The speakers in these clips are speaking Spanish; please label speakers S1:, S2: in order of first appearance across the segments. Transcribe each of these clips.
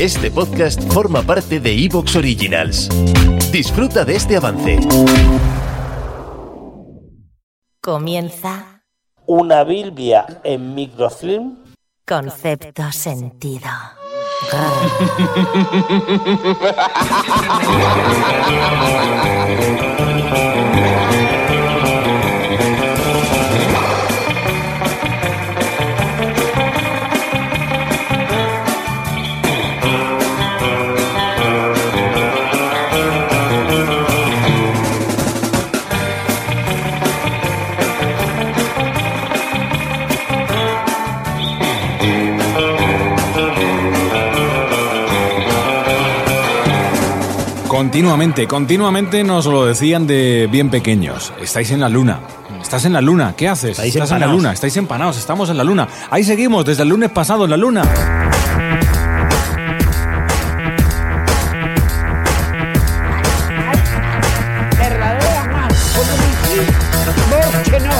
S1: Este podcast forma parte de Evox Originals. Disfruta de este avance.
S2: Comienza
S3: una Biblia en microfilm.
S2: concepto sentido.
S4: Continuamente, continuamente nos lo decían de bien pequeños. Estáis en la luna. Estás en la luna. ¿Qué haces?
S5: Estáis
S4: Estás en
S5: empanados.
S4: la luna. Estáis empanados. Estamos en la luna. Ahí seguimos desde el lunes pasado en la luna.
S6: verdadera más, como decís vos que no.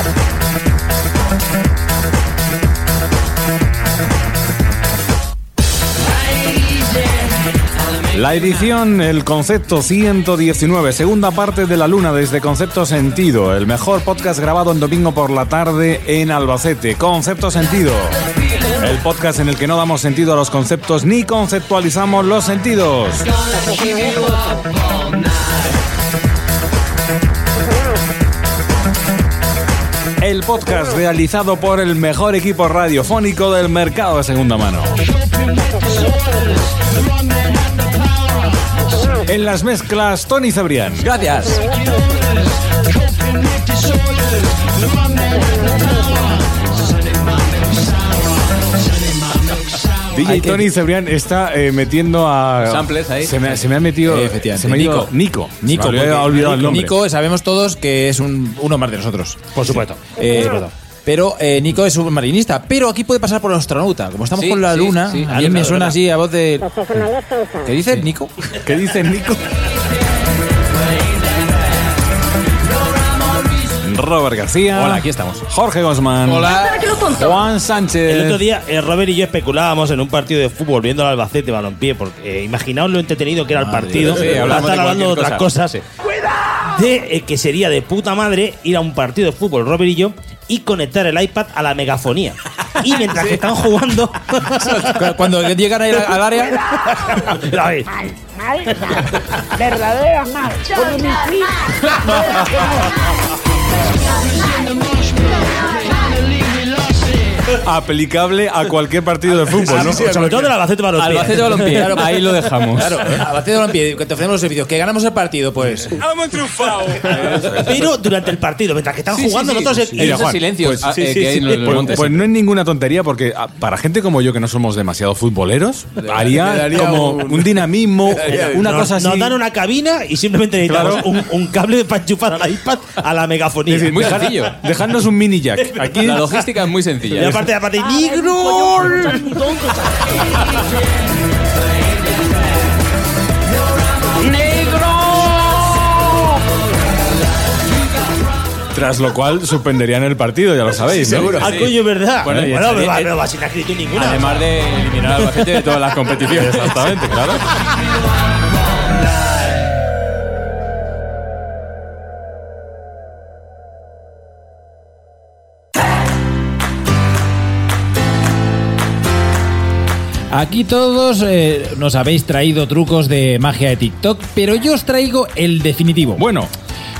S4: La edición, el concepto 119, segunda parte de La Luna desde Concepto Sentido, el mejor podcast grabado en domingo por la tarde en Albacete, Concepto Sentido. El podcast en el que no damos sentido a los conceptos ni conceptualizamos los sentidos. El podcast realizado por el mejor equipo radiofónico del mercado de segunda mano. En las mezclas, Tony Cebrián. Gracias. DJ
S7: Hay que-
S4: Tony Cebrián está eh, metiendo a.
S7: Samples ahí.
S4: Se me, se me ha metido.
S7: Eh, efectivamente.
S4: Se me ha ido- Nico.
S7: Nico. Nico,
S4: Se me había
S7: porque-
S4: olvidado el nombre.
S7: Nico, sabemos todos que es un- uno más de nosotros.
S4: Por supuesto.
S7: Eh, Pero eh, Nico es un marinista. Pero aquí puede pasar por el astronauta. Como estamos
S5: Sí,
S7: con la
S5: sí,
S7: luna,
S5: sí,
S7: a mí
S5: verdad,
S7: me suena
S5: verdad.
S7: así a voz de. ¿Qué dices, Nico?
S4: ¿Qué dice Nico? Robert García.
S7: Hola, aquí estamos.
S4: Jorge Gosman.
S7: Hola.
S4: Juan Sánchez.
S8: El otro día eh, Robert y yo especulábamos en un partido de fútbol viendo al Albacete balompié, porque eh, imaginaos lo entretenido que era el
S7: Madre
S8: partido.
S7: mía, sí,
S8: Ahora
S7: hablamos
S8: están
S7: de
S8: hablando de
S7: cualquier
S8: otras
S7: cosa.
S8: cosas. De eh, que sería de puta madre ir a un partido de fútbol Robert y yo y conectar el iPad a la megafonía. Y mientras que están jugando,
S7: Cu- Cuando llegan ahí al al área,
S8: A ver,
S6: Verdadera más, como decís vos que no.
S4: Aplicable a cualquier partido de fútbol, ¿no?
S8: sobre todo el Albacete balompié.
S7: Albacete Balompié. Ah, Claro,
S4: Ahí lo dejamos.
S7: Claro, Albacete Balompié, que te ofrecemos los servicios, que ganamos el partido, pues.
S8: Pero durante el partido, mientras que están
S7: Sí, sí,
S8: jugando,
S7: sí.
S8: nosotros
S7: Sí,
S8: eh,
S7: Mira, Juan,
S5: silencios
S7: pues,
S5: ah,
S7: sí,
S5: eh,
S7: sí,
S5: que hay
S7: sí,
S5: en los
S7: pues-
S5: montes.
S4: Pues, pues no es ninguna tontería porque a- para gente como yo que no somos demasiado futboleros,
S7: le
S4: haría
S7: daría
S4: como un,
S7: un-
S4: dinamismo, una
S8: nos,
S4: cosa así.
S8: nos dan una cabina y simplemente necesitamos
S4: Claro.
S8: un, un cable para enchufar al iPad a la megafonía.
S4: Decir,
S5: Muy
S4: dejar-
S5: sencillo.
S4: Dejarnos un mini jack.
S7: pues,
S4: Aquí
S5: La logística es muy
S8: Y
S7: ¿eh?
S5: sencilla.
S8: aparte, aparte, negro.
S4: Tras lo cual suspenderían el partido, ya lo sabéis. ¿no?
S7: seguro.
S8: Ah, coño, es verdad.
S4: Bueno,
S8: Bueno,
S4: y
S8: bueno,
S4: estaría-
S8: pero va- pero va sin actitud ninguna.
S5: Además de eliminar al Albacete de todas las competiciones.
S4: Exactamente, claro.
S7: Aquí todos eh, nos habéis traído trucos de magia de TikTok, pero yo os traigo el definitivo.
S4: Bueno,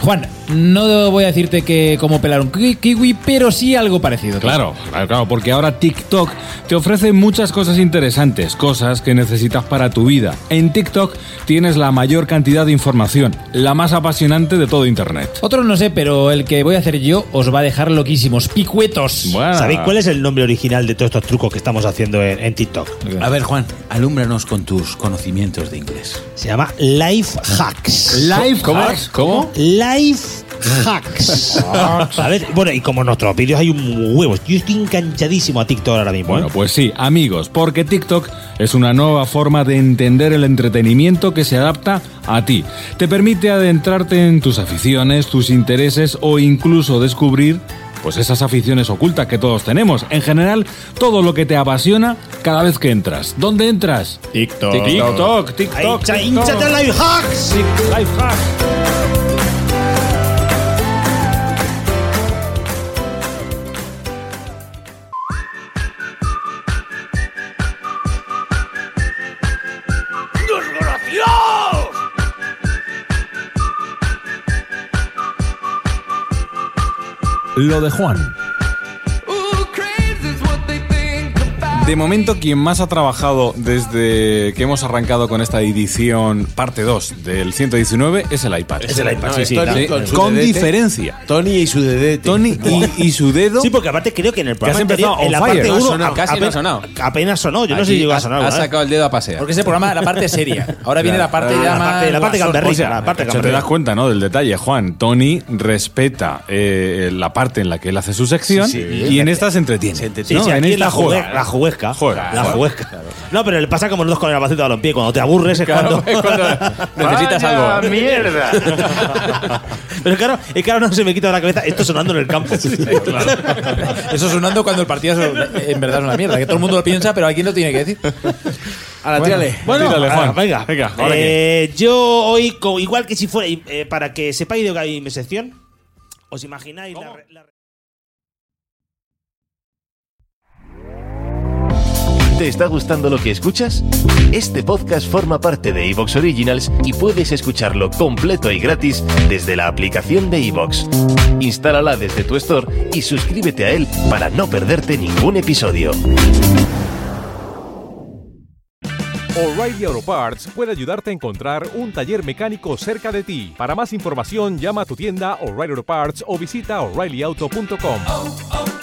S7: Juan,
S9: No voy a decirte que cómo pelar un ki- kiwi, pero sí algo parecido.
S4: Claro, claro, claro, porque ahora TikTok te ofrece muchas cosas interesantes, cosas que necesitas para tu vida. En TikTok tienes la mayor cantidad de información, la más apasionante de todo Internet.
S9: Otros no sé, pero el que voy a hacer yo os va a dejar loquísimos. Picuetos.
S8: ¿Sabéis cuál es el nombre original de todos estos trucos que estamos haciendo en, en TikTok?
S10: A ver, Juan, alúmbranos con tus conocimientos de inglés.
S8: Se llama Life Hacks.
S10: Life ¿Cómo? hacks? ¿Cómo?
S8: Life Hacks. ¿Sabes? Bueno, y como en nuestros vídeos hay un huevo. Yo estoy enganchadísimo a TikTok ahora mismo. ¿eh?
S4: Bueno, pues sí, amigos, porque TikTok es una nueva forma de entender el entretenimiento que se adapta a ti. Te permite adentrarte en tus aficiones, tus intereses o incluso descubrir pues esas aficiones ocultas que todos tenemos. En general, todo lo que te apasiona cada vez que entras. ¿Dónde entras?
S5: TikTok.
S4: TikTok, TikTok.
S8: Hincha- hinchate
S4: TikTok.
S8: Life Hacks.
S4: Life Hacks.
S6: ¡Desgraciados!
S4: Lo de Juan. De momento, quien más ha trabajado desde que hemos arrancado con esta edición parte 2 del 119 es el iPad.
S8: Es el iPad, sí, sí, la-
S4: Con,
S8: con su dedete.
S4: diferencia.
S10: Tony y su dedete.
S4: Tony y, y su dedo.
S8: Sí, porque aparte creo que en el
S4: has
S8: programa
S4: empezado
S8: anterior, en la
S4: on fire.
S8: parte
S4: No ha
S8: 1
S4: sonado, casi no ha sonado.
S8: Apenas sonó, yo no sé
S4: Aquí
S8: si llegó a
S4: has-
S8: sonar.
S4: has
S8: ¿verdad? Ah,
S4: sacado
S7: el dedo a pasear. Porque ese programa, la parte seria. Ahora viene la parte ya
S8: la
S7: más.
S8: parte, la parte
S7: guasón.
S8: gamberrita,
S7: O sea,
S8: la parte
S4: Cacho, te
S8: gamberrita.
S4: das cuenta, ¿no? Del detalle, Juan. Tony respeta eh, la parte en la que él hace su sección
S8: Sí, sí.
S4: y en esta se entretiene.
S8: Sí,
S4: ¿no?
S8: sí,
S4: en
S8: aquí es
S4: esta
S8: la,
S4: juega.
S8: jugue- la juguesca.
S4: Juega,
S8: la
S4: juega.
S8: juguesca. No, pero le pasa como nosotros con el albacete de balompié. Cuando te aburres es
S5: Claro,
S8: cuando...
S5: es cuando necesitas
S8: Vaya
S5: algo.
S8: mierda! pero claro, es que ahora no se me quita de la cabeza esto sonando en el campo.
S7: Eso sonando cuando el partido es- en verdad es una mierda. Que todo el mundo lo piensa, pero alguien lo tiene que decir.
S8: Ahora,
S7: tírale.
S8: Bueno,
S7: Tírale,
S4: ah,
S8: ahora,
S7: Juan.
S8: venga.
S7: Venga, ahora
S8: Eh, yo hoy, co- igual que si fuera, eh, para que sepáis de que hay mi sección, ¿os imagináis la, re- la-
S1: ¿Te está gustando lo que escuchas? Este podcast forma parte de Evox Originals y puedes escucharlo completo y gratis desde la aplicación de Evox. Instálala desde tu store y suscríbete a él para no perderte ningún episodio.
S11: O'Reilly Auto Parts puede ayudarte a encontrar un taller mecánico cerca de ti. Para más información, llama a tu tienda O'Reilly Auto Parts o visita oreillyauto.com.